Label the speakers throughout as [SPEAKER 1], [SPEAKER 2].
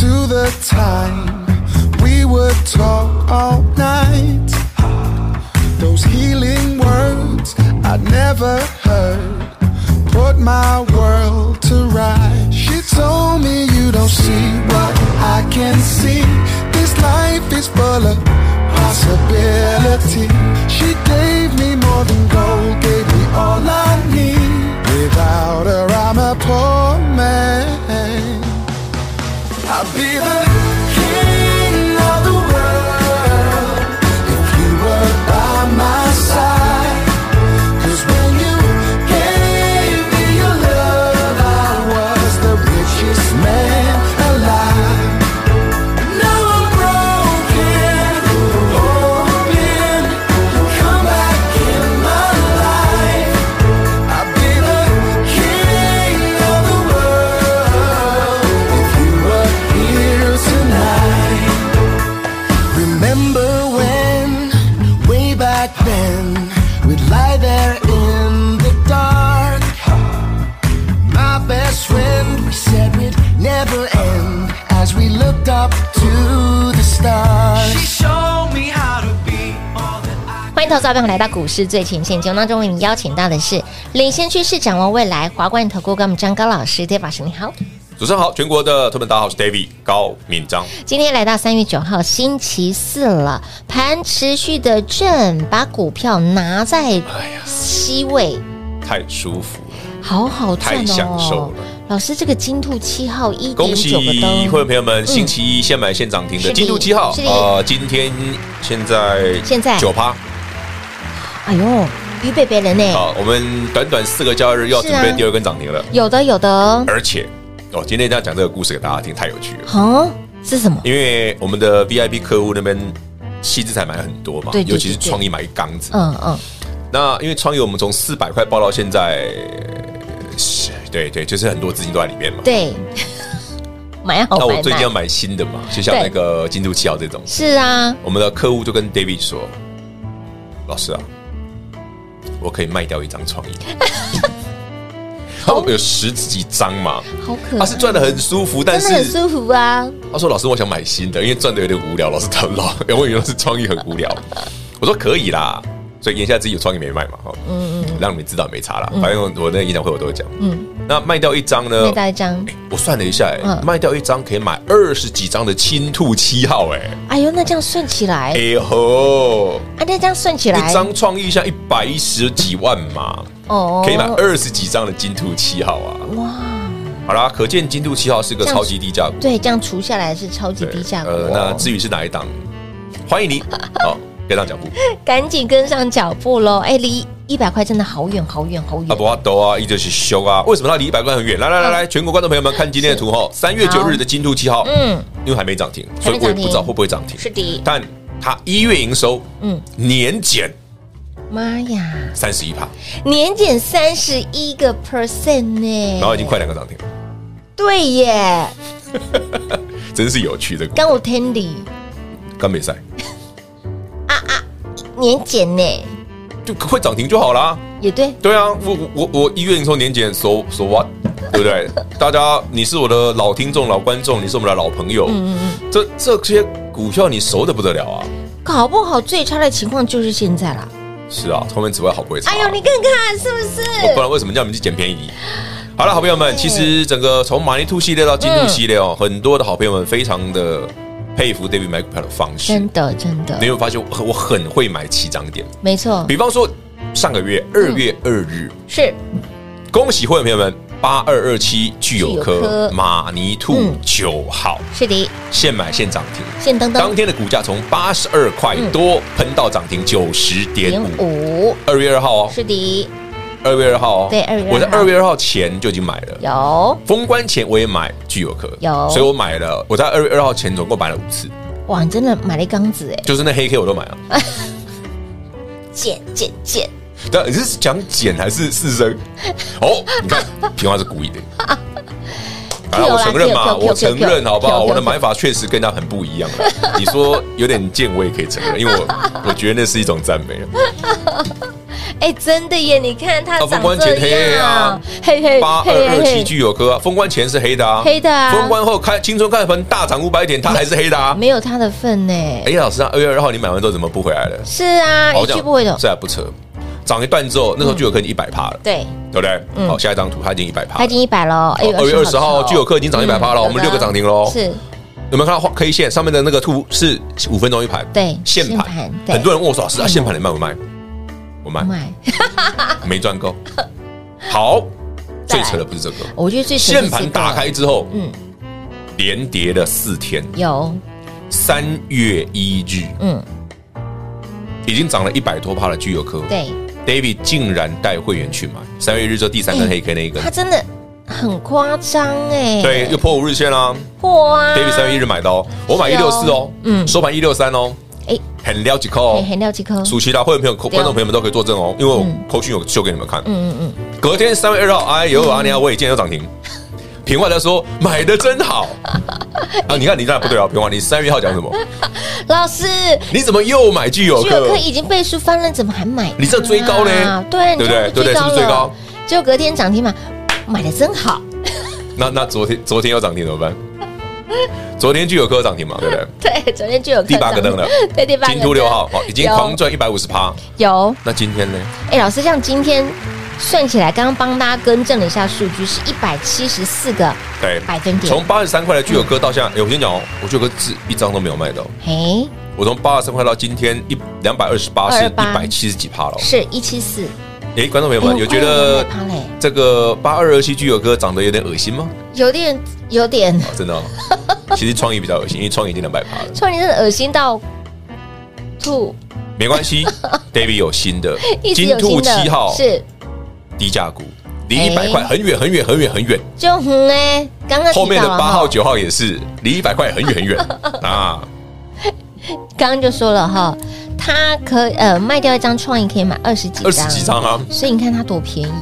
[SPEAKER 1] to the time we would talk all night. Those healing words I never heard put my world to right. She told me you don't see what I can see. This life is full of possibility. She gave me more than gold, gave me all I need. Without her, I'm a poor man. I'll be the king of the world if you were by my side. 'Cause when you gave me your love, I was the richest man alive. Now I'm broken, hoping you'll come back in my life. I'll be the king of the world if you were here tonight. Remember when, way back then, we'd lie there in the dark. My best friend, we said we'd never end as we looked up to the stars.
[SPEAKER 2] She showed me how to be all that I
[SPEAKER 3] 欢迎投资者朋友来到股市最前线节目当中，为您邀请到的是领先趋势、展望未来华冠投顾跟我们张高老师，David 老师你好。
[SPEAKER 4] 主持人好，全国的特们大家好，我是 David 高敏章。
[SPEAKER 3] 今天来到三月九号星期四了，盘持续的震，把股票拿在西位，
[SPEAKER 4] 太舒服了，
[SPEAKER 3] 好好赚哦。
[SPEAKER 4] 太享受了
[SPEAKER 3] 老师，这个金兔七号一点
[SPEAKER 4] 恭喜
[SPEAKER 3] 九个灯，
[SPEAKER 4] 会员朋友们，
[SPEAKER 3] 嗯
[SPEAKER 4] 星期一现买现涨停
[SPEAKER 3] 是
[SPEAKER 4] 的
[SPEAKER 3] 的
[SPEAKER 4] 金兔七号
[SPEAKER 3] 是的
[SPEAKER 4] 呃，今天现在
[SPEAKER 3] 现在
[SPEAKER 4] 九趴
[SPEAKER 3] 哎呦，鱼贝贝了呢。
[SPEAKER 4] 好，我们短短四个交易日要
[SPEAKER 3] 是
[SPEAKER 4] 准
[SPEAKER 3] 啊
[SPEAKER 4] 备第二根涨停了，
[SPEAKER 3] 有的有的，
[SPEAKER 4] 而且哦，今天一定要讲这个故事给大家听，太有趣了，
[SPEAKER 3] 哦，是什么？
[SPEAKER 4] 因为我们的 VIP 客户那边细资才买很多嘛
[SPEAKER 3] 对，对
[SPEAKER 4] 尤其是
[SPEAKER 3] 对对
[SPEAKER 4] 创意买一缸子，
[SPEAKER 3] 嗯嗯，
[SPEAKER 4] 那因为创意我们从四百块报到现在，是对对，就是很多资金都在里面嘛，
[SPEAKER 3] 对， 买好
[SPEAKER 4] 那我
[SPEAKER 3] 哦买嗯
[SPEAKER 4] 最近要
[SPEAKER 3] 买，
[SPEAKER 4] 买新的嘛，就像那个金度七号这种，
[SPEAKER 3] 是啊，
[SPEAKER 4] 我们的客户就跟 David 说：“老师啊，我可以卖掉一张创 意。”他们有十几张嘛，
[SPEAKER 3] 好可
[SPEAKER 4] 他
[SPEAKER 3] 爱，
[SPEAKER 4] 啊是赚的很舒服，但
[SPEAKER 3] 真的很
[SPEAKER 4] 是呃
[SPEAKER 3] 舒服啊。
[SPEAKER 4] 他说：“老师，我想买新的，因为赚的有点无聊。”老师他老， 我以为是创意很无聊。 我说可以啦，所以言下之意有创意没卖嘛，哈，嗯嗯，让你们知道没差啦。反正我我那个演讲会我都会讲，嗯，那卖掉一张呢
[SPEAKER 3] 那？大一张，
[SPEAKER 4] 我算了一下、哎、
[SPEAKER 3] 嗯
[SPEAKER 4] 卖掉一张可以买二十几张的青兔七号、
[SPEAKER 3] 哎呦，那这样算起来
[SPEAKER 4] 哎，，哎吼，
[SPEAKER 3] 啊，那这样算起来，
[SPEAKER 4] 一张创意像一百一十几万嘛，
[SPEAKER 3] 哦
[SPEAKER 4] 可以买二十几张的金兔七号啊。
[SPEAKER 3] 哇，
[SPEAKER 4] 好啦，可见金兔七号是个
[SPEAKER 3] 这样
[SPEAKER 4] 超级低价股，
[SPEAKER 3] 对，这样除下来是超级低价股
[SPEAKER 4] 呃，那
[SPEAKER 3] 哦，
[SPEAKER 4] 至于是哪一档，欢 迎你，好，跟上脚步。
[SPEAKER 3] 赶紧跟上脚步喽！哎，离一百块真的好远好远好
[SPEAKER 4] 啊，
[SPEAKER 3] 远
[SPEAKER 4] 不。要抖啊，一直是修啊。为什么它离一百块很远？来来
[SPEAKER 3] 嗯
[SPEAKER 4] 来来，全国观众朋友们看今天的图哈，三月九日的金兔七号，
[SPEAKER 3] 嗯，
[SPEAKER 4] 因为还没涨停，所以
[SPEAKER 3] 还没涨停
[SPEAKER 4] 我也不知道会不会涨停。
[SPEAKER 3] 是的
[SPEAKER 4] 但它一月营收，
[SPEAKER 3] 嗯
[SPEAKER 4] 嗯，年减
[SPEAKER 3] 妈呀，
[SPEAKER 4] 三十一趴，
[SPEAKER 3] 年减三十一个 percent 呢，
[SPEAKER 4] 然后已经快两个涨停了，
[SPEAKER 3] 对耶，
[SPEAKER 4] 真是有趣的。
[SPEAKER 3] 刚我天理
[SPEAKER 4] 干比赛
[SPEAKER 3] 年减呢，
[SPEAKER 4] 就会涨停就好啦。
[SPEAKER 3] 也对，
[SPEAKER 4] 对啊，我我我我一月营收年减，so so what，对不对？ 大家，你是我的老听众、老观众，你是我们的老朋友，嗯嗯，这这些股票你熟的不得了啊。
[SPEAKER 3] 搞不好最差的情况就是现在啦。
[SPEAKER 4] 是啊，聪明只会好不会差啊。
[SPEAKER 3] 哎呦，你看看是不是？
[SPEAKER 4] 我不然为什么叫你们去捡便宜？好了，好朋友们，其实整个从马尼兔系列到金兔系列哦，很多的好朋友们非常的佩服 David 买股票的方式。
[SPEAKER 3] 真的真
[SPEAKER 4] 你
[SPEAKER 3] 的，
[SPEAKER 4] 有没有发现我我很会买起涨点？
[SPEAKER 3] 没错，
[SPEAKER 4] 比方说上个月二月二日，
[SPEAKER 3] 是
[SPEAKER 4] 恭喜会员朋友们，八二二七具有
[SPEAKER 3] 具有科
[SPEAKER 4] 科马尼兔
[SPEAKER 3] 嗯
[SPEAKER 4] 九号
[SPEAKER 3] 是的，
[SPEAKER 4] 现买现涨停，
[SPEAKER 3] 现登
[SPEAKER 4] 当
[SPEAKER 3] 登
[SPEAKER 4] 天的股价从八十二块多喷到涨停九十点
[SPEAKER 3] 点
[SPEAKER 4] 五。
[SPEAKER 3] 嗯五，
[SPEAKER 4] 二月二号哦，
[SPEAKER 3] 是的，
[SPEAKER 4] 二月二号哦，
[SPEAKER 3] 对2月2
[SPEAKER 4] 我在
[SPEAKER 3] 号
[SPEAKER 4] 二月二号前就已经买了。
[SPEAKER 3] 有
[SPEAKER 4] 封关前我也买聚友科，
[SPEAKER 3] 有
[SPEAKER 4] 所以我买了，我在二月二号前总共买了五次，
[SPEAKER 3] 哇，你真的买了一缸子哎，
[SPEAKER 4] 就是那黑 K 我都买了。
[SPEAKER 3] 减减减，
[SPEAKER 4] 但啊你是讲减还是四 升？哦，你看平花是故意的。好
[SPEAKER 3] Q
[SPEAKER 4] 了，我
[SPEAKER 3] 啦
[SPEAKER 4] 承认嘛，
[SPEAKER 3] Q Q Q
[SPEAKER 4] 我承
[SPEAKER 3] Q Q
[SPEAKER 4] 认好不
[SPEAKER 3] Q
[SPEAKER 4] 好？
[SPEAKER 3] Q
[SPEAKER 4] 我的买法确实跟他很不一样了。你说有点贱，我也可以承认，因 为我我觉得那是一种赞美。
[SPEAKER 3] 哎，真的耶，你看它
[SPEAKER 4] 啊
[SPEAKER 3] 长
[SPEAKER 4] 风关
[SPEAKER 3] 这
[SPEAKER 4] 节黑黑
[SPEAKER 3] 样
[SPEAKER 4] 啊，
[SPEAKER 3] 嘿嘿
[SPEAKER 4] 八二二七具有科啊，封关前是黑的啊，
[SPEAKER 3] 黑的啊嗯
[SPEAKER 4] 封关后开青春开盆大涨五百点，它还是黑的啊。
[SPEAKER 3] 没有它的份呢，
[SPEAKER 4] 哎，老师啊，二月二号你买完之后怎么不回来了？
[SPEAKER 3] 是啊，
[SPEAKER 4] 好
[SPEAKER 3] 一去不回头，
[SPEAKER 4] 是啊，不扯。涨一段之后，那时候聚友科已经一百趴了，
[SPEAKER 3] 对，
[SPEAKER 4] 对不对？好，下一张图它已经一百趴
[SPEAKER 3] 嗯它已
[SPEAKER 4] 了。
[SPEAKER 3] 经一百了，哎
[SPEAKER 4] 哦二月二十号，聚友科已经涨一百趴了，
[SPEAKER 3] 嗯
[SPEAKER 4] 我们六个涨停喽。
[SPEAKER 3] 是
[SPEAKER 4] 有没有看到画 K 线上面的那个图是五分钟一盘？
[SPEAKER 3] 对
[SPEAKER 4] 现
[SPEAKER 3] 现
[SPEAKER 4] 盘
[SPEAKER 3] 盘。对嗯
[SPEAKER 4] 很多人问我说：“老师啊，现盘你卖不卖？”我卖，
[SPEAKER 3] 买，
[SPEAKER 4] 没 赚够。好，
[SPEAKER 3] 再
[SPEAKER 4] 最
[SPEAKER 3] 来
[SPEAKER 4] 扯的不是这个，
[SPEAKER 3] 我觉得最神奇
[SPEAKER 4] 现
[SPEAKER 3] 是
[SPEAKER 4] 盘
[SPEAKER 3] 这
[SPEAKER 4] 打
[SPEAKER 3] 个
[SPEAKER 4] 开之后，
[SPEAKER 3] 嗯
[SPEAKER 4] 嗯，连跌了四天，
[SPEAKER 3] 有，
[SPEAKER 4] 三月一日
[SPEAKER 3] 嗯，
[SPEAKER 4] 已经涨了一百多趴的居友科，
[SPEAKER 3] 对，
[SPEAKER 4] ，David 竟然带会员去买，三月一日之后第三根
[SPEAKER 3] 哎
[SPEAKER 4] 黑 K 那一根
[SPEAKER 3] 它，真的很夸张哎，
[SPEAKER 4] 对，又破五日线啦。
[SPEAKER 3] 破啊
[SPEAKER 4] David 三月一日买的哦，我买一
[SPEAKER 3] 是
[SPEAKER 4] 六
[SPEAKER 3] 哦
[SPEAKER 4] 四哦，
[SPEAKER 3] 嗯
[SPEAKER 4] 嗯，收盘一六三哦，
[SPEAKER 3] 哎
[SPEAKER 4] 很了解扣
[SPEAKER 3] 哎
[SPEAKER 4] 哦，
[SPEAKER 3] 很料几颗，
[SPEAKER 4] 暑期啦，会员朋友、观众朋友们都可以作证哦，因为我扣讯有秀给你们看。
[SPEAKER 3] 嗯嗯
[SPEAKER 4] 隔天三月二号，哎呦，阿尼亚我也见到涨停。平话他说买的真好啊！你看你这样不对啊，平话，你三月一号讲什么？
[SPEAKER 3] 嗯，老师，
[SPEAKER 4] 你怎么又买具有
[SPEAKER 3] 居有
[SPEAKER 4] 客
[SPEAKER 3] 科？已经倍数翻了，怎么还买它啊？啊
[SPEAKER 4] 你这追高呢
[SPEAKER 3] 对，你
[SPEAKER 4] 对不对
[SPEAKER 3] 这
[SPEAKER 4] 对不对是不是追高
[SPEAKER 3] 了？结果隔天涨停嘛，买的真好，
[SPEAKER 4] 那那昨天昨天要涨停怎么办？昨天具有科涨停嘛，对不 对？
[SPEAKER 3] 对，昨天就有
[SPEAKER 4] 第八个灯了
[SPEAKER 3] 对，第八个
[SPEAKER 4] 金都六号哦，已经
[SPEAKER 3] 有
[SPEAKER 4] 狂赚一百五十趴。
[SPEAKER 3] 有。
[SPEAKER 4] 那今天呢？
[SPEAKER 3] 哎，老师，像今天算起来，刚刚帮大家更正了一下数据，是一百七十四个
[SPEAKER 4] 对，
[SPEAKER 3] 百分
[SPEAKER 4] 从
[SPEAKER 3] 点。
[SPEAKER 4] 八十三块的具有科到现在，哎，我先讲哦，我具有科是一张都没有卖的哦。
[SPEAKER 3] 嘿，
[SPEAKER 4] 我从八十三块到今天一两百二十八，是一
[SPEAKER 3] 228
[SPEAKER 4] 百七十几趴了哦。
[SPEAKER 3] 是一七四，
[SPEAKER 4] 哎，观众朋友
[SPEAKER 3] 哎
[SPEAKER 4] 们，
[SPEAKER 3] 呦
[SPEAKER 4] 有觉得
[SPEAKER 3] 快要100%嘞
[SPEAKER 4] 这个八二二七巨有哥长得有点恶心吗？
[SPEAKER 3] 有点有点，
[SPEAKER 4] 啊，真的 哦，其实创意比较恶心，因为创意已经两百趴了，
[SPEAKER 3] 突然真的恶心到吐，
[SPEAKER 4] 没关系，David 有新的
[SPEAKER 3] 一直
[SPEAKER 4] 金
[SPEAKER 3] 有
[SPEAKER 4] 兔
[SPEAKER 3] 新的
[SPEAKER 4] 七号
[SPEAKER 3] 是
[SPEAKER 4] 低价股，离
[SPEAKER 3] 哎
[SPEAKER 4] 一百块很远很远很远很远，
[SPEAKER 3] 就嗯哎，刚 刚提到
[SPEAKER 4] 后面的
[SPEAKER 3] 了
[SPEAKER 4] 八
[SPEAKER 3] 哈
[SPEAKER 4] 号九号也是离一百块很远 很远啊，
[SPEAKER 3] 刚刚就说了哈，他可呃卖掉一张创意可以买二十几张，
[SPEAKER 4] 二十几张啊，
[SPEAKER 3] 所以你看它多便宜。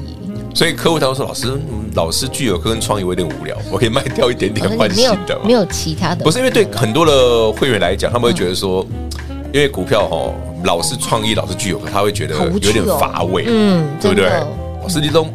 [SPEAKER 4] 所以客户他们说老师，嗯老师巨有哥跟创意我有点无聊， 我可以卖掉一点点
[SPEAKER 3] 我说
[SPEAKER 4] 换
[SPEAKER 3] 你没
[SPEAKER 4] 新
[SPEAKER 3] 有
[SPEAKER 4] 的吗
[SPEAKER 3] 没有其他的，
[SPEAKER 4] 不是因为对很多的会员来讲，他们会觉得说，因为股票哈，老是创意，老是具有，他会觉得
[SPEAKER 3] 好无趣
[SPEAKER 4] 有
[SPEAKER 3] 哦
[SPEAKER 4] 点乏味，
[SPEAKER 3] 嗯
[SPEAKER 4] 对不对
[SPEAKER 3] 真的？
[SPEAKER 4] 老师你都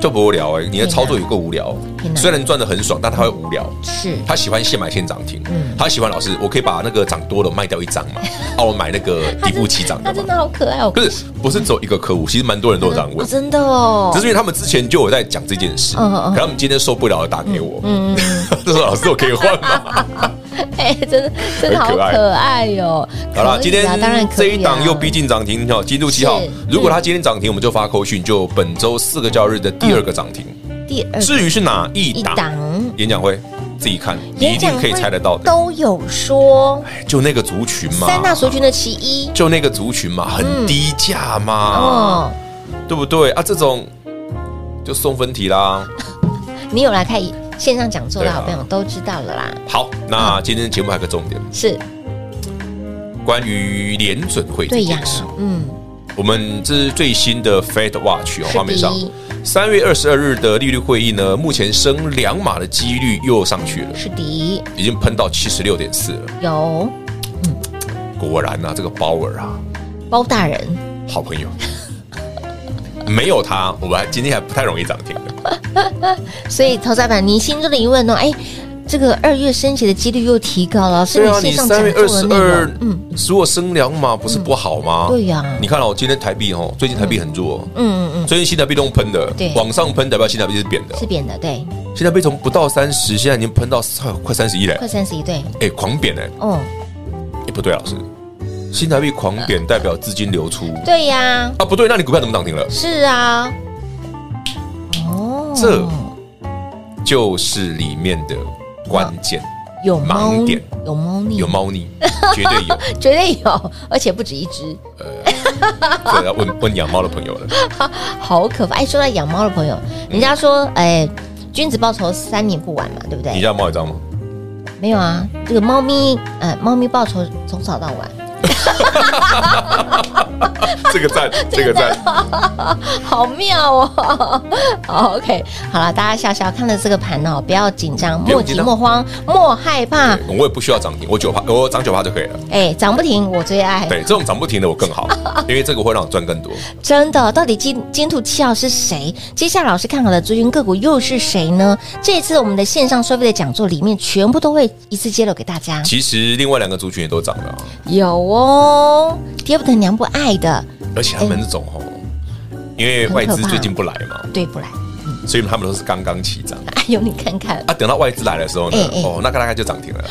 [SPEAKER 4] 就不无聊哎，你的
[SPEAKER 3] 天哪
[SPEAKER 4] 操作有够无聊
[SPEAKER 3] 天，哪
[SPEAKER 4] 虽然赚的很爽，但他会无聊。
[SPEAKER 3] 是
[SPEAKER 4] 他喜欢现买现涨停，
[SPEAKER 3] 嗯
[SPEAKER 4] 他喜欢老师，我可以把那个涨多了卖掉一张 嘛，啊，我买那个底部起涨
[SPEAKER 3] 它
[SPEAKER 4] 的
[SPEAKER 3] 真
[SPEAKER 4] 嘛
[SPEAKER 3] 的，好可爱哦，
[SPEAKER 4] 不是不是只有一个客户，其实蛮多人都有这样
[SPEAKER 3] 哦
[SPEAKER 4] 问，
[SPEAKER 3] 真的哦
[SPEAKER 4] 只是，因为他们之前就有在讲这件事，
[SPEAKER 3] 嗯嗯嗯嗯
[SPEAKER 4] 可他们今天受不了了打给我， 他说老师我可以换吗？
[SPEAKER 3] 哎，真的真的好
[SPEAKER 4] 很可爱
[SPEAKER 3] 可爱哟。
[SPEAKER 4] 好
[SPEAKER 3] 可
[SPEAKER 4] 了，
[SPEAKER 3] 以啊
[SPEAKER 4] 今天
[SPEAKER 3] 当然可
[SPEAKER 4] 这
[SPEAKER 3] 以啊
[SPEAKER 4] 一档又逼近涨停哦，进入七号
[SPEAKER 3] 是。
[SPEAKER 4] 如果它今天涨停，我们就发扣讯，就本周四个交易日的第二个涨停。
[SPEAKER 3] 第二
[SPEAKER 4] 至于是哪一
[SPEAKER 3] 一
[SPEAKER 4] 档，
[SPEAKER 3] 档
[SPEAKER 4] 演讲会自己看，你
[SPEAKER 3] 演
[SPEAKER 4] 一
[SPEAKER 3] 讲
[SPEAKER 4] 定可以猜得到
[SPEAKER 3] 会
[SPEAKER 4] 的。哎
[SPEAKER 3] 都有说
[SPEAKER 4] 就那个族群嘛，
[SPEAKER 3] 三大族群的其一
[SPEAKER 4] 就那个族群嘛，很低价嘛，
[SPEAKER 3] 哦，
[SPEAKER 4] 对不对啊？这种就送分题啦。
[SPEAKER 3] 你有来看线上讲座的
[SPEAKER 4] 对啊
[SPEAKER 3] 好朋友都知道了啦，
[SPEAKER 4] 好，那今天节目还有个重点，
[SPEAKER 3] 是
[SPEAKER 4] 关于联准会这
[SPEAKER 3] 对呀
[SPEAKER 4] 件事。，
[SPEAKER 3] 嗯，
[SPEAKER 4] 我们这是最新的 Fed Watch 哦，
[SPEAKER 3] 是
[SPEAKER 4] 画面上
[SPEAKER 3] 第一，
[SPEAKER 4] 三月二十二日的利率会议呢，目前升两码的几率又上去了，
[SPEAKER 3] 是第
[SPEAKER 4] 已经喷到七十六点四了。
[SPEAKER 3] 有
[SPEAKER 4] 果然啊，这个鲍尔啊，
[SPEAKER 3] 包大人，
[SPEAKER 4] 好朋友，没有他，我们还今天还不太容易涨停的。
[SPEAKER 3] 所以投资板你心中的疑问呢？哎，这个二月升息的几率又提高了，是你
[SPEAKER 4] 啊你
[SPEAKER 3] 线上
[SPEAKER 4] 三月
[SPEAKER 3] 讲
[SPEAKER 4] 二
[SPEAKER 3] 座
[SPEAKER 4] 十
[SPEAKER 3] 的内
[SPEAKER 4] 二
[SPEAKER 3] 容，，嗯，
[SPEAKER 4] 如果升两码不是不好吗？
[SPEAKER 3] 对呀
[SPEAKER 4] 你看哦，今天台币哦，最近台币很弱，
[SPEAKER 3] 嗯嗯嗯，
[SPEAKER 4] 最近新台币都喷的，
[SPEAKER 3] 对
[SPEAKER 4] 往上喷代表新台币是贬的，
[SPEAKER 3] 是扁的，对，
[SPEAKER 4] 新台币从不到三十，现在已经喷到快三十一了，
[SPEAKER 3] 快三十一对，
[SPEAKER 4] 哎，狂贬哎。
[SPEAKER 3] 哦，
[SPEAKER 4] 欸、不对，老师，新台币狂贬代表资金流出
[SPEAKER 3] 对呀，
[SPEAKER 4] 啊，不对，那你股票怎么涨停了？
[SPEAKER 3] 是啊，哦，
[SPEAKER 4] 这就是里面的关键。
[SPEAKER 3] 有猫
[SPEAKER 4] 盲点
[SPEAKER 3] 有猫腻，
[SPEAKER 4] 有，猫腻，绝对 有。
[SPEAKER 3] 绝对有，而且不止一只，
[SPEAKER 4] 所以要问问养猫的朋友了。
[SPEAKER 3] 好可怕！哎，说到养猫的朋友，人家说，哎，君子报仇三年不晚嘛，对不
[SPEAKER 4] 你
[SPEAKER 3] 对？
[SPEAKER 4] 家猫有脏吗？
[SPEAKER 3] 没有啊，这个猫咪，呃，猫咪报仇从早到晚，
[SPEAKER 4] 这个赞，这个赞。
[SPEAKER 3] 好妙哦！ 好，OK，好了，大家笑笑，看了这个盘哦，不要紧张，
[SPEAKER 4] 不用
[SPEAKER 3] 莫
[SPEAKER 4] 紧
[SPEAKER 3] 急
[SPEAKER 4] 张
[SPEAKER 3] 莫慌，莫害怕，
[SPEAKER 4] 嗯我也不需要涨停，我九趴，我涨九趴就可以了。
[SPEAKER 3] 哎，涨不停，我最爱。
[SPEAKER 4] 对，这种涨不停的我更好，因为这个会让我赚更多。
[SPEAKER 3] 真的，到底金金兔七号是谁？接下来老师看好的族群个股又是谁呢？这一次我们的线上收费的讲座里面，全部都会一次揭露给大家。
[SPEAKER 4] 其实另外两个族群也都涨了啊，
[SPEAKER 3] 有哦，爹不疼娘不爱的，
[SPEAKER 4] 而且他
[SPEAKER 3] 哎
[SPEAKER 4] 们这种哦，因为外资最近不来嘛，
[SPEAKER 3] 对不来？
[SPEAKER 4] 所以他们都是刚刚起涨。
[SPEAKER 3] 哎呦，你看看，
[SPEAKER 4] 啊，等到外资来的时候呢
[SPEAKER 3] 哎哎，
[SPEAKER 4] 哦，那个大概就涨停了。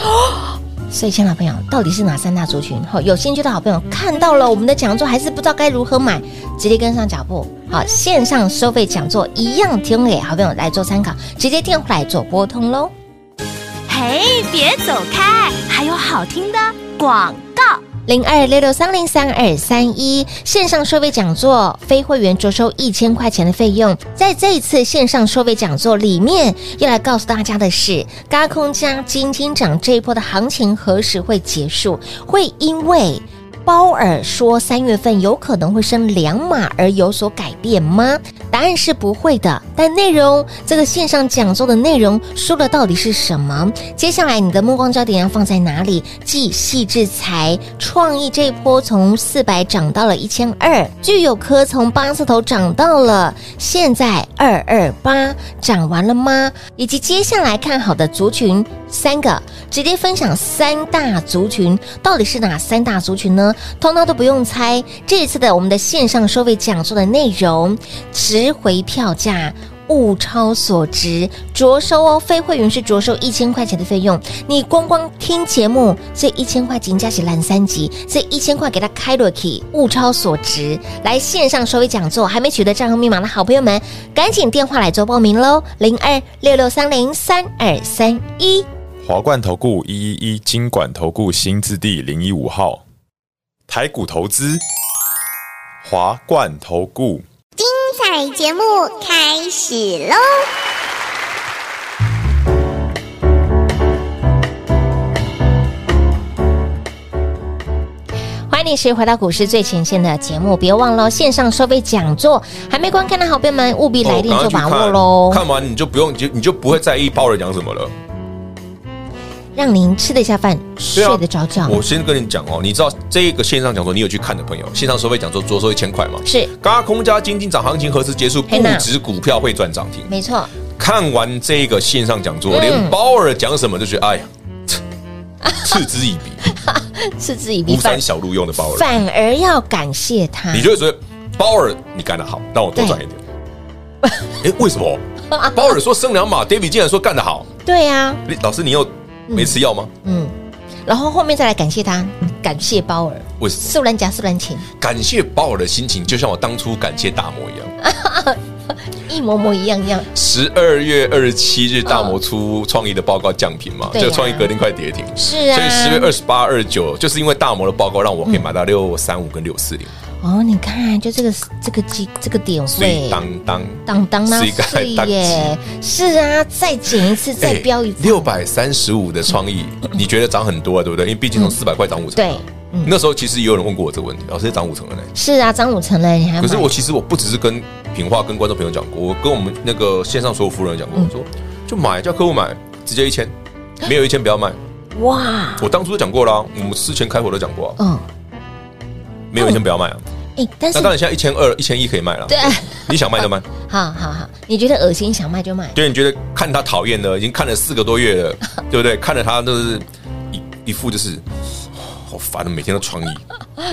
[SPEAKER 3] 所以，亲爱的朋友，到底是哪三大族群？好，有兴趣的好朋友看到了我们的讲座，还是不知道该如何买，直接跟上脚步。好，线上收费讲座一样提供给好朋友来做参考，直接电话来做拨通喽。
[SPEAKER 5] 嘿，别走开，还有好听的广告。
[SPEAKER 3] 零二六六三零三二三一线上收费讲座，非会员着收一千块钱的费用。在这一次线上收费讲座里面，要来告诉大家的是，高空加金金涨这一波的行情何时会结束？会因为鲍尔说三月份有可能会升两码而有所改变吗？答案是不会的。但内容，这个线上讲座的内容说的到底是什么？接下来你的目光焦点要放在哪里？继细制裁、创意这一波从四百涨到了一千二，聚友科从八字头涨到了现在二二八，涨完了吗？以及接下来看好的族群三个，直接分享三大族群，到底是哪三大族群呢？通通都不用猜。这一次的我们的线上收费讲座的内容，值回票价。物超所值，着收哦，非会员是着收一千块钱的费用。你光光听节目，这一千块钱加起来三级，这一千块给它开落去，物超所值。来线上收费讲座，还没取得账号密码的好朋友们，赶紧电话来做报名喽，零二六六三零三二三一。
[SPEAKER 6] 华冠投顾一一一金管投顾新字第零一五号，台股投资，华冠投顾。
[SPEAKER 7] 彩节目开始喽！
[SPEAKER 3] 欢迎你是回到股市最前线的节目，别忘了线上收费讲座，还没观看的好朋友们务必来
[SPEAKER 4] 哦
[SPEAKER 3] 电
[SPEAKER 4] 赶快
[SPEAKER 3] 做
[SPEAKER 4] 去
[SPEAKER 3] 把握
[SPEAKER 4] 看
[SPEAKER 3] 喽，
[SPEAKER 4] 看完你就不用，你就你就不会在意包人讲什么了。
[SPEAKER 3] 让您吃得下饭，
[SPEAKER 4] 对啊
[SPEAKER 3] 睡得着觉。
[SPEAKER 4] 我先跟你讲哦，你知道这个线上讲座，你有去看的朋友，线上收费讲座着收一千块嘛？
[SPEAKER 3] 是，
[SPEAKER 4] 嘎空加金金涨行情何时结束？不
[SPEAKER 3] 嘿呐
[SPEAKER 4] 止股票会赚涨停。
[SPEAKER 3] 没错，
[SPEAKER 4] 看完这个线上讲座，
[SPEAKER 3] 嗯
[SPEAKER 4] 连鲍尔讲什么都觉得 哎呀，嗤嗤之以鼻，
[SPEAKER 3] 嗤之以鼻，
[SPEAKER 4] 无
[SPEAKER 3] 反
[SPEAKER 4] 山小路用的鲍尔，
[SPEAKER 3] 反而要感谢他
[SPEAKER 4] 你。就会觉得鲍尔你干得好，让我多赚一点。哎，为什么？ 鲍尔说升两码，David 竟然说干得好，
[SPEAKER 3] 对呀、
[SPEAKER 4] 你老师你又没吃药吗？
[SPEAKER 3] 嗯，然后后面再来感谢他，感谢包尔、
[SPEAKER 4] 我
[SPEAKER 3] 素兰夹、素兰琴，
[SPEAKER 4] 感谢鲍尔的心情，就像我当初感谢大魔一样。
[SPEAKER 3] 一模模一样样。
[SPEAKER 4] 十二月二十七日，大摩出创意的报告降频嘛，
[SPEAKER 3] 对啊
[SPEAKER 4] 就创意隔天快跌停，
[SPEAKER 3] 是啊，
[SPEAKER 4] 所以十月二十八、二十九，就是因为大摩的报告，让我可以买到六三五跟六四零，
[SPEAKER 3] 哦，你看，就这个这个机这个点
[SPEAKER 4] 所以
[SPEAKER 3] 位，
[SPEAKER 4] 当当
[SPEAKER 3] 当当那
[SPEAKER 4] 水
[SPEAKER 3] 碎
[SPEAKER 4] 当
[SPEAKER 3] 耶，是啊，再减一次，再标一次，
[SPEAKER 4] 哎六百三十五的创意，你觉得涨很多啊，对不对？因为毕竟从四百块涨五成，
[SPEAKER 3] 嗯
[SPEAKER 4] 啊
[SPEAKER 3] 对，嗯
[SPEAKER 4] 那时候其实也有人问过我这个问题，老师涨五成了呢。
[SPEAKER 3] 是啊，张五成了，你还买
[SPEAKER 4] 可是我其实我不只是跟品化跟观众朋友讲过，我跟我们那个线上所有服务人讲过，我说
[SPEAKER 3] 嗯
[SPEAKER 4] 就买，叫客户买，直接一千，没有一千不要卖。
[SPEAKER 3] 哇，
[SPEAKER 4] 我当初都讲过啦、我们事前开火都讲过啊、
[SPEAKER 3] 嗯，
[SPEAKER 4] 没有一千不要卖啊。
[SPEAKER 3] 哎，但是
[SPEAKER 4] 那当然，现在一千二、一千一可以卖了。
[SPEAKER 3] 对，
[SPEAKER 4] 你想卖就卖。
[SPEAKER 3] 好好好，你觉得恶心想卖就卖，
[SPEAKER 4] 对，你觉得看他讨厌的，已经看了四个多 月了，对不对？看了他就是一一副就是哦好烦的，每天都创意，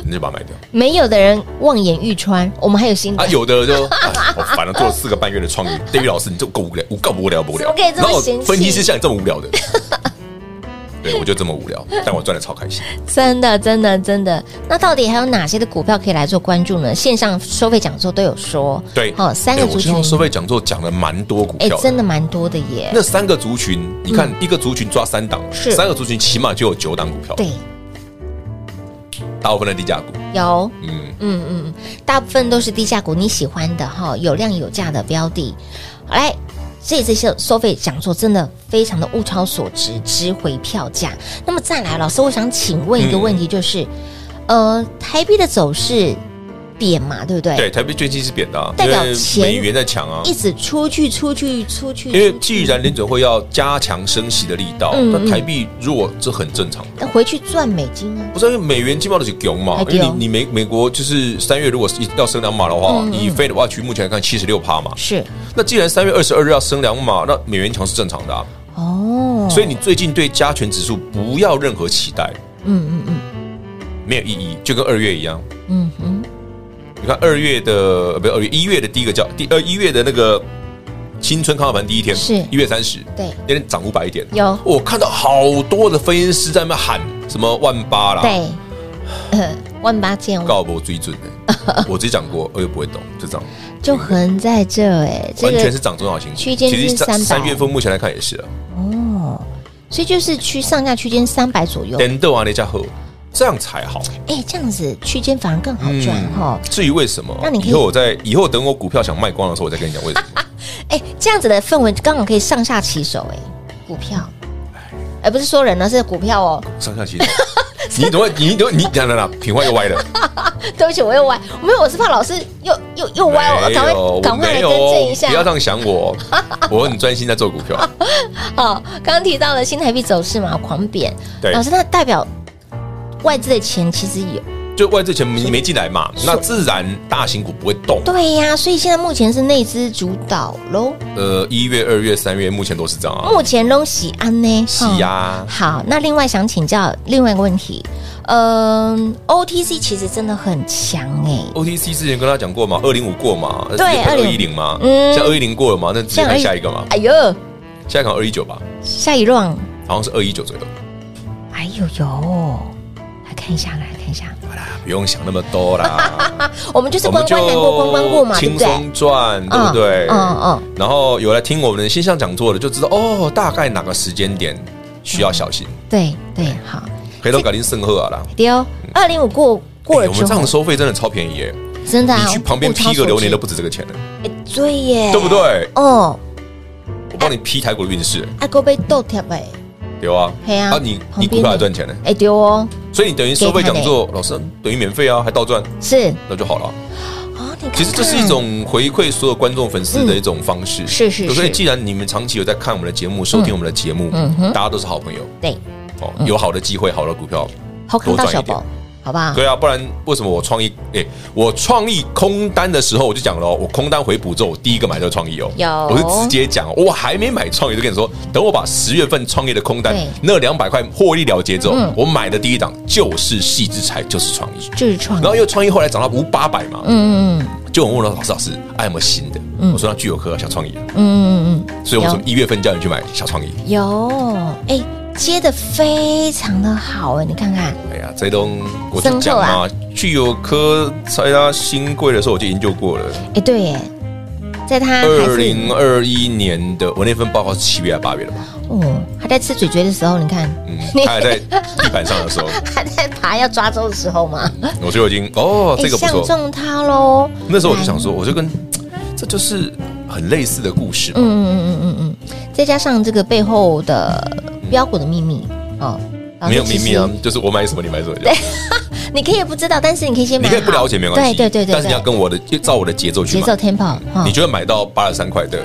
[SPEAKER 4] 你就把它卖掉
[SPEAKER 3] 没有的人望眼欲穿，我们还有心理
[SPEAKER 4] 啊。有的就哎好烦了，做了四个半月 的创意。David 老师，你就够无聊，我够无聊不无
[SPEAKER 3] 怎
[SPEAKER 4] 聊
[SPEAKER 3] 么可以。这么
[SPEAKER 4] 然后
[SPEAKER 3] 嫌弃
[SPEAKER 4] 分析师像你这么无聊的，对我就这么无聊，但我赚的超 开心。
[SPEAKER 3] 真的，真的，真的。那到底还有哪些的股票可以来做关注呢？线上收费讲座都有说，
[SPEAKER 4] 对，
[SPEAKER 3] 哦，三个
[SPEAKER 4] 哎
[SPEAKER 3] 族
[SPEAKER 4] 我这
[SPEAKER 3] 群
[SPEAKER 4] 趟，收费讲座讲了蛮多股
[SPEAKER 3] 哎、
[SPEAKER 4] 票的，
[SPEAKER 3] 真的蛮多的耶。
[SPEAKER 4] 那三个族群，你看一个族群抓三档，
[SPEAKER 3] 是
[SPEAKER 4] 三个族群起码就有九档股票，
[SPEAKER 3] 对，，
[SPEAKER 4] 大部分的低价股，
[SPEAKER 3] 有，
[SPEAKER 4] 嗯，
[SPEAKER 3] 嗯嗯，大部分都是低价股，你喜欢的哈、有量有价的标的。好来，这次收收费讲座真的非常的物超所值，值回票价。那么再来，老师，我想请问一个
[SPEAKER 4] 嗯
[SPEAKER 3] 问题，就是，呃，台币的走势贬嘛，对不对？
[SPEAKER 4] 对，台币最近是贬的、啊，
[SPEAKER 3] 代表
[SPEAKER 4] 因为
[SPEAKER 3] 钱
[SPEAKER 4] 美元在强啊
[SPEAKER 3] 一。直出去，出去，出去。
[SPEAKER 4] 因为
[SPEAKER 3] 出去
[SPEAKER 4] 既然联准会要加强升息的力道，
[SPEAKER 3] 嗯
[SPEAKER 4] 那
[SPEAKER 3] 嗯
[SPEAKER 4] 台币弱这很正常。
[SPEAKER 3] 那回去赚美金啊，
[SPEAKER 4] 不是因为美元经贸的是穷嘛
[SPEAKER 3] 哎？
[SPEAKER 4] 因
[SPEAKER 3] 对哦
[SPEAKER 4] 为你你美美国就是三月如果是一要升两码的话，
[SPEAKER 3] 嗯
[SPEAKER 4] 以非的话，去目前来看七十六趴嘛。
[SPEAKER 3] 是
[SPEAKER 4] 那既然三月二十二日要升两码，那美元强是正常的、啊。
[SPEAKER 3] 哦，
[SPEAKER 4] 所以你最近对加权指数不要任何期待，
[SPEAKER 3] 嗯嗯
[SPEAKER 4] 没有意义，就跟二月一样。
[SPEAKER 3] 嗯嗯
[SPEAKER 4] 你看二月的呃不是二月一月的第一个叫第呃一月的那个新春康盘第一天
[SPEAKER 3] 是
[SPEAKER 4] 一月三十，
[SPEAKER 3] 对
[SPEAKER 4] 那天涨五百点。
[SPEAKER 3] 有
[SPEAKER 4] 我看到好多的分析师在那边喊什么万八啦，
[SPEAKER 3] 嗯，，对，呃，万八千
[SPEAKER 4] 告我追准的，我直接讲过，我又不会懂，就这样，
[SPEAKER 3] 就横在这哎，这
[SPEAKER 4] 完全
[SPEAKER 3] 个
[SPEAKER 4] 是涨中小型股
[SPEAKER 3] 区间
[SPEAKER 4] 其实
[SPEAKER 3] 是
[SPEAKER 4] 三
[SPEAKER 3] 300
[SPEAKER 4] 三月份目前来看也是啊，
[SPEAKER 3] 哦，所以就是区上下区间三百左右，
[SPEAKER 4] 等豆啊那家伙，这样才好。
[SPEAKER 3] 哎，这样子区间反而更好赚
[SPEAKER 4] 嗯
[SPEAKER 3] 哈。
[SPEAKER 4] 至于为什么
[SPEAKER 3] 那你，可以
[SPEAKER 4] 以后我在以后等我股票想卖光的时候，我再跟你讲为什么。
[SPEAKER 3] 哎，这样子的氛围刚好可以上下起手哎，股票，哎，不是说人呢，是股票哦。
[SPEAKER 4] 上下其手，你等会，你等会，你讲了啦，品话又歪了。
[SPEAKER 3] 对不起，我又歪，没有，我是怕老师又又又歪，我
[SPEAKER 4] 没
[SPEAKER 3] 赶快
[SPEAKER 4] 有
[SPEAKER 3] 赶快来
[SPEAKER 4] 没
[SPEAKER 3] 更
[SPEAKER 4] 有哦
[SPEAKER 3] 正一下。
[SPEAKER 4] 不要这样想我，我很专心在做股票。
[SPEAKER 3] 好，刚刚提到了新台币走势嘛，狂贬。
[SPEAKER 4] 对
[SPEAKER 3] 老师，那代表外资的钱其实有。
[SPEAKER 4] 就外资钱没没进来嘛，那自然大型股不会动。
[SPEAKER 3] 对呀、所以现在目前是内资主导喽，
[SPEAKER 4] 呃，一月、二月、三月目前都是这样啊。
[SPEAKER 3] 目前拢喜安呢。
[SPEAKER 4] 是啊
[SPEAKER 3] 嗯好，那另外想请教另外一个问题，嗯、o t c 其实真的很强哎、
[SPEAKER 4] OTC 之前跟他讲过嘛，二零五过嘛，
[SPEAKER 3] 对
[SPEAKER 4] 二一
[SPEAKER 3] 210
[SPEAKER 4] 零嘛，
[SPEAKER 3] 嗯
[SPEAKER 4] 现在二一零过了嘛，那直接看下一个嘛，
[SPEAKER 3] 哎呦，
[SPEAKER 4] 下一个二一九吧，
[SPEAKER 3] 下一 round，
[SPEAKER 4] 好像是二一九左右。
[SPEAKER 3] 哎呦呦，来看一下，来看一下，
[SPEAKER 4] 好啦，不用想那么多啦，
[SPEAKER 3] 我们 就是关关难过关关过嘛，对
[SPEAKER 4] 轻
[SPEAKER 3] 不对？
[SPEAKER 4] 松赚，对不对？
[SPEAKER 3] 嗯嗯，
[SPEAKER 4] 然后有来听我们的线上讲座的，就知道哦，大概哪个时间点需要小心。
[SPEAKER 3] 对对，好，
[SPEAKER 4] 黑龙搞定圣赫啊啦，
[SPEAKER 3] 丢二零五过过
[SPEAKER 4] 哎
[SPEAKER 3] 了
[SPEAKER 4] 我
[SPEAKER 3] 之
[SPEAKER 4] 们这样
[SPEAKER 3] 后
[SPEAKER 4] 的，收费真的超便宜耶！
[SPEAKER 3] 真的、啊，
[SPEAKER 4] 你去旁边
[SPEAKER 3] 物超
[SPEAKER 4] 批个
[SPEAKER 3] 所
[SPEAKER 4] 流年
[SPEAKER 3] 值
[SPEAKER 4] 都不止这个钱了，
[SPEAKER 3] 哎对耶，
[SPEAKER 4] 对不？对？
[SPEAKER 3] 哦，啊
[SPEAKER 4] 我帮你批台股的运势，
[SPEAKER 3] 阿哥被豆贴哎，
[SPEAKER 4] 对吧？
[SPEAKER 3] 对啊
[SPEAKER 4] 你
[SPEAKER 3] 旁
[SPEAKER 4] 你
[SPEAKER 3] 边
[SPEAKER 4] 股票还
[SPEAKER 3] 的
[SPEAKER 4] 赚钱呢，
[SPEAKER 3] 哎丢哦，
[SPEAKER 4] 所以你等于收费讲座，老师等于免费啊，还倒赚，
[SPEAKER 3] 是
[SPEAKER 4] 那就好了。
[SPEAKER 3] 哦，你看看
[SPEAKER 4] 其实这是一种回馈所有观众粉丝的一种方式，
[SPEAKER 3] 嗯是是
[SPEAKER 4] 所以
[SPEAKER 3] 是嗯
[SPEAKER 4] 既然你们长期有在看我们的节目，收听我们的节目，大家都是好朋友
[SPEAKER 3] 对，
[SPEAKER 4] 哦，有好的机会，好的股票，
[SPEAKER 3] 嗯好看
[SPEAKER 4] 多
[SPEAKER 3] 到
[SPEAKER 4] 赚
[SPEAKER 3] 小
[SPEAKER 4] 一点
[SPEAKER 3] 宝，好不好？
[SPEAKER 4] 对啊，不然为什么我创意？哎、我创意空单的时候我就讲了哦、我空单回补之后，我第一个买就是创意哦。
[SPEAKER 3] 有
[SPEAKER 4] 我是直接讲，我还没买创意就跟你说，等我把十月份创业的空单
[SPEAKER 3] 对
[SPEAKER 4] 那两百块获利了结之后，
[SPEAKER 3] 嗯
[SPEAKER 4] 我买的第一档就是细之财，就是创意。
[SPEAKER 3] 智创，
[SPEAKER 4] 然后因为创意后来涨到五八百嘛，
[SPEAKER 3] 嗯嗯
[SPEAKER 4] 就我问了老师老师，哎、有没有新的？我说那具有科小创意啊，
[SPEAKER 3] 嗯嗯嗯嗯，
[SPEAKER 4] 所以我
[SPEAKER 3] 有
[SPEAKER 4] 从一月份叫你去买小创意。
[SPEAKER 3] 有哎接的非常的好哎，你看看
[SPEAKER 4] 哎呀，这东我就
[SPEAKER 3] 深
[SPEAKER 4] 讲
[SPEAKER 3] 厚啊
[SPEAKER 4] 嘛，具有科在它新贵的时候我就研究过了。
[SPEAKER 3] 哎对耶，在他还
[SPEAKER 4] 二
[SPEAKER 3] 是
[SPEAKER 4] 零二一年的我那份报告是七月还是八月了吧？
[SPEAKER 3] 哦还在吃嘴嘴的时候，你看
[SPEAKER 4] 嗯，他还在地板上的时候，
[SPEAKER 3] 还在爬要抓周的时候嘛，
[SPEAKER 4] 我就已经哦，
[SPEAKER 3] 哎
[SPEAKER 4] 这个不
[SPEAKER 3] 相
[SPEAKER 4] 错。
[SPEAKER 3] 中他喽，
[SPEAKER 4] 那时候我就想说，我就跟这就是很类似的故事嘛。
[SPEAKER 3] 嗯嗯嗯嗯嗯，再加上这个背后的标股的秘密哦，老师
[SPEAKER 4] 没有秘密啊
[SPEAKER 3] 其实，
[SPEAKER 4] 就是我买什么你买什么就好，
[SPEAKER 3] 你可以不知道，但是你可以先
[SPEAKER 4] 你
[SPEAKER 3] 买好，
[SPEAKER 4] 可以不了解没关系，
[SPEAKER 3] 对对对
[SPEAKER 4] 但是你
[SPEAKER 3] 对
[SPEAKER 4] 要
[SPEAKER 3] 对，
[SPEAKER 4] 跟我的就照我的节奏
[SPEAKER 3] 节
[SPEAKER 4] 去
[SPEAKER 3] 奏
[SPEAKER 4] 买，
[SPEAKER 3] tempo 哈
[SPEAKER 4] 你，就会买到八十三块的。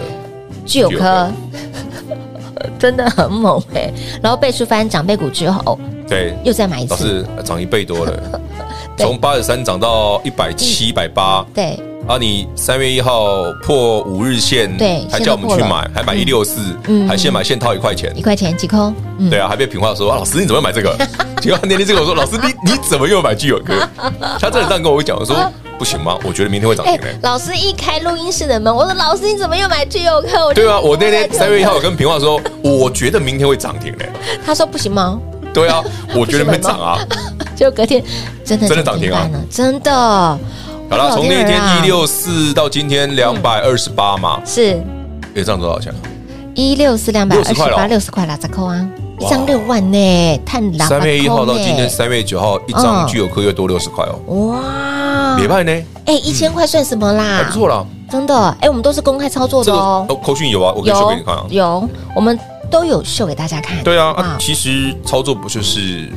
[SPEAKER 3] 具有
[SPEAKER 4] 具有
[SPEAKER 3] 科 真的很猛哎，然后倍数翻长辈股之后
[SPEAKER 4] 对，
[SPEAKER 3] 又再买一
[SPEAKER 4] 老
[SPEAKER 3] 次，
[SPEAKER 4] 师涨一倍多了，
[SPEAKER 3] 对
[SPEAKER 4] 从八十三涨到一百七、一百八。
[SPEAKER 3] 对，
[SPEAKER 4] 啊，你三月一号破五日线，
[SPEAKER 3] 嗯对
[SPEAKER 4] 还叫我们去
[SPEAKER 3] 现在破
[SPEAKER 4] 买，还买一六四
[SPEAKER 3] 嗯，
[SPEAKER 4] 还现买现掏一块钱
[SPEAKER 3] 一，块钱几空，嗯，
[SPEAKER 4] 对啊，还被平话说啊，老师你怎么买这个？结果他那天这个我说，老师你你怎么又买聚友哥？他真的这样跟我讲，我说不行吗？我觉得明天会涨
[SPEAKER 3] 哎、
[SPEAKER 4] 停嘞。
[SPEAKER 3] 老师一开录音室的门，我说老师你怎么又买聚友课？我就
[SPEAKER 4] 对啊，我那天
[SPEAKER 3] 就
[SPEAKER 4] 三月一号我跟平话说，我觉得明天会涨停嘞。
[SPEAKER 3] 他说不行吗？
[SPEAKER 4] 对啊，我觉得会涨啊。
[SPEAKER 3] 结果隔天真的
[SPEAKER 4] 真的涨停啊
[SPEAKER 3] 板了，真的。
[SPEAKER 4] 好啦，从那
[SPEAKER 3] 老
[SPEAKER 4] 天
[SPEAKER 3] 天儿啊
[SPEAKER 4] 一六四到今天两百二十八嘛，
[SPEAKER 3] 是
[SPEAKER 4] 也涨多少钱啊？
[SPEAKER 3] 嗯一六四两百二
[SPEAKER 4] 60
[SPEAKER 3] 十
[SPEAKER 4] 块
[SPEAKER 3] 八，
[SPEAKER 4] 了哦
[SPEAKER 3] 六十块啦，咋扣啊？一
[SPEAKER 4] 哇
[SPEAKER 3] 张六万呢、探狼啊欸
[SPEAKER 4] 三月一号到今天三月九号，一张具有科又多六十块哦。
[SPEAKER 3] 哇！
[SPEAKER 4] 礼拜呢，
[SPEAKER 3] 哎、一千块算什么啦？
[SPEAKER 4] 还哎不错啊啦。
[SPEAKER 3] 真的。哎、我们都是公开操作
[SPEAKER 4] 这
[SPEAKER 3] 的
[SPEAKER 4] 个
[SPEAKER 3] 哦
[SPEAKER 4] 哦，，扣讯有啊，我可以秀给你看啊。
[SPEAKER 3] 有，我们都有秀给大家看。
[SPEAKER 4] 对啊，
[SPEAKER 3] 啊
[SPEAKER 4] 啊其实操作不就是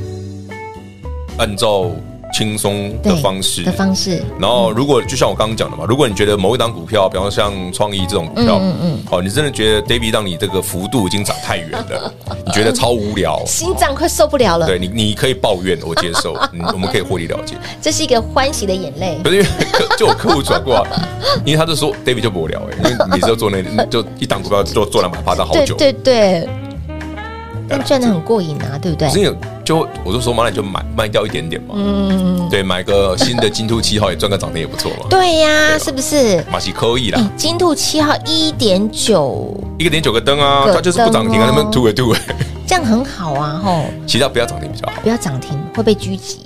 [SPEAKER 4] 按照轻松的
[SPEAKER 3] 对
[SPEAKER 4] 方式
[SPEAKER 3] 的？方式，
[SPEAKER 4] 然后，如果就像我刚刚讲的嘛，如果你觉得某一档股票，比方像创意这种股票，
[SPEAKER 3] 嗯嗯
[SPEAKER 4] 哦，你真的觉得 David 让你这个幅度已经涨太 远了，你觉得超无聊，
[SPEAKER 3] 心脏快受不了了。
[SPEAKER 4] 对你，你可以抱怨，我接 受，嗯我们可以获利了结。
[SPEAKER 3] 这是一个欢喜的眼泪
[SPEAKER 4] 可。是因为 就有客户转过来，因为他就说 David 就不无聊哎、因为每次都做那，就一档股票做做两百趴，涨好
[SPEAKER 3] 对
[SPEAKER 4] 久。
[SPEAKER 3] 对对，但赚的很过瘾啊，对不对
[SPEAKER 4] 可？是你就我就说嘛，那你就买卖掉一点点嘛，
[SPEAKER 3] 嗯，
[SPEAKER 4] 对，买个新的金兔七号也赚个涨停也不错嘛。
[SPEAKER 3] 对呀、
[SPEAKER 4] 对啊啊
[SPEAKER 3] 是不是？
[SPEAKER 4] 马西扣一啦，
[SPEAKER 3] 哎，金兔七号一点九，
[SPEAKER 4] 一个点九个灯
[SPEAKER 3] 个，
[SPEAKER 4] 啊
[SPEAKER 3] 灯
[SPEAKER 4] 它就是不涨停
[SPEAKER 3] 哦
[SPEAKER 4] 啊，那么吐哎吐哎，
[SPEAKER 3] 这样很好啊，吼，
[SPEAKER 4] 其他不要涨停比较好。
[SPEAKER 3] 不要涨停会被狙击，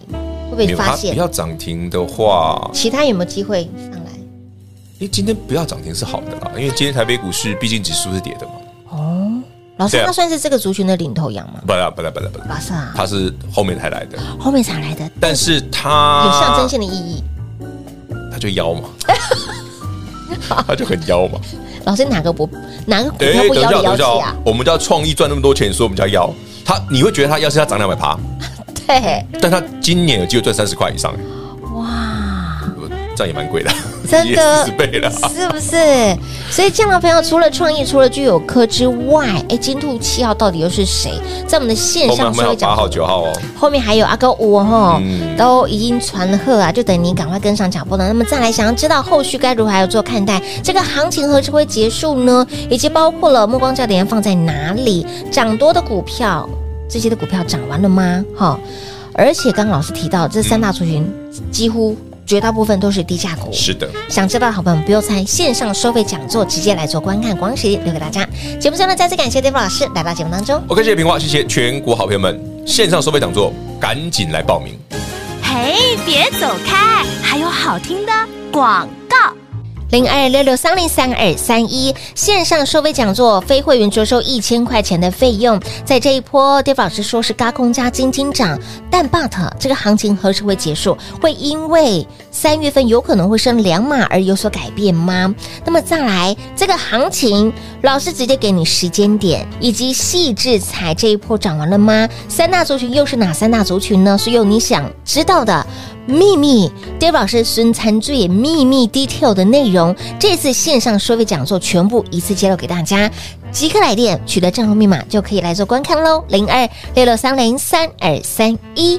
[SPEAKER 3] 会
[SPEAKER 4] 没
[SPEAKER 3] 被
[SPEAKER 4] 有
[SPEAKER 3] 发
[SPEAKER 4] 它
[SPEAKER 3] 现
[SPEAKER 4] 不。要涨停的话，
[SPEAKER 3] 其他有没有机会上来？
[SPEAKER 4] 因为今天不要涨停是好的啦，因为今天台北股市毕竟指数是跌的嘛。
[SPEAKER 3] 老师，
[SPEAKER 4] 对啊
[SPEAKER 3] 他算是这个族群的领头羊吗？
[SPEAKER 4] 不啦不啦不啦不啦，
[SPEAKER 3] 老师啊，
[SPEAKER 4] 它是后面才来的，
[SPEAKER 3] 后面才来的，
[SPEAKER 4] 但是它
[SPEAKER 3] 有象征性的意义。
[SPEAKER 4] 他就 妖嘛，他就很妖嘛。
[SPEAKER 3] 老师哪个不哪个股
[SPEAKER 4] 对，
[SPEAKER 3] 票
[SPEAKER 4] 等
[SPEAKER 3] 不
[SPEAKER 4] 一
[SPEAKER 3] 摇
[SPEAKER 4] 下，
[SPEAKER 3] 里
[SPEAKER 4] 等
[SPEAKER 3] 摇
[SPEAKER 4] 一
[SPEAKER 3] 气
[SPEAKER 4] 下
[SPEAKER 3] 啊
[SPEAKER 4] 哦，？我们叫创意赚那么多钱，你说我们叫妖，他你会觉得他要是他涨两百趴，
[SPEAKER 3] 对，
[SPEAKER 4] 但他今年有机会赚三十块以上，
[SPEAKER 3] 哇，
[SPEAKER 4] 这样也蛮贵的，
[SPEAKER 3] 真
[SPEAKER 4] 也
[SPEAKER 3] 的
[SPEAKER 4] 十倍了。
[SPEAKER 3] 是不是？所以，这样的朋友除了创意，除了具有科之外，哎，金兔七号到底又是谁？在我们的线
[SPEAKER 4] 后面
[SPEAKER 3] 上
[SPEAKER 4] 我
[SPEAKER 3] 社
[SPEAKER 4] 们
[SPEAKER 3] 会
[SPEAKER 4] 有八
[SPEAKER 3] 讲
[SPEAKER 4] 号、九号哦，
[SPEAKER 3] 后面还有阿高五哦吼，
[SPEAKER 4] 嗯
[SPEAKER 3] 都已经传贺啊，就等你赶快跟上脚步了。那么再来，想要知道后续该如何做看待这个行情何时会结束呢？以及包括了目光焦点放在哪里，涨多的股票，这些的股票涨完了吗？哈、而且刚刚老师提到这三大族群，几乎绝大部分都是低价股。
[SPEAKER 4] 是的，
[SPEAKER 3] 想知道的好朋友们不用猜，线上收费讲座直接来做观看，光时留给大家。节目最后呢，再次感谢 David 老师来到节目当中。
[SPEAKER 4] 我感谢平话，谢谢全国好朋友们，线上收费讲座赶紧来报名。
[SPEAKER 5] 嘿，别走开，还有好听的广告。
[SPEAKER 3] 零二六六三零三二三一线上收费讲座，非会员着收一千块钱的费用。在这一波，Dave 老师说是高空加金金涨，但 but 这个行情何时会结束？会因为三月份有可能会升两码而有所改变吗？那么再来，这个行情，老师直接给你时间点以及细致彩这一波涨完了吗？三大族群又是哪三大族群呢？所有你想知道的。秘密，Dave 老师孙餐最秘密 detail 的内容，这次线上收费讲座全部一次揭露给大家，即刻来电取得账户密码就可以来做观看喽，零二六六三零三二三一。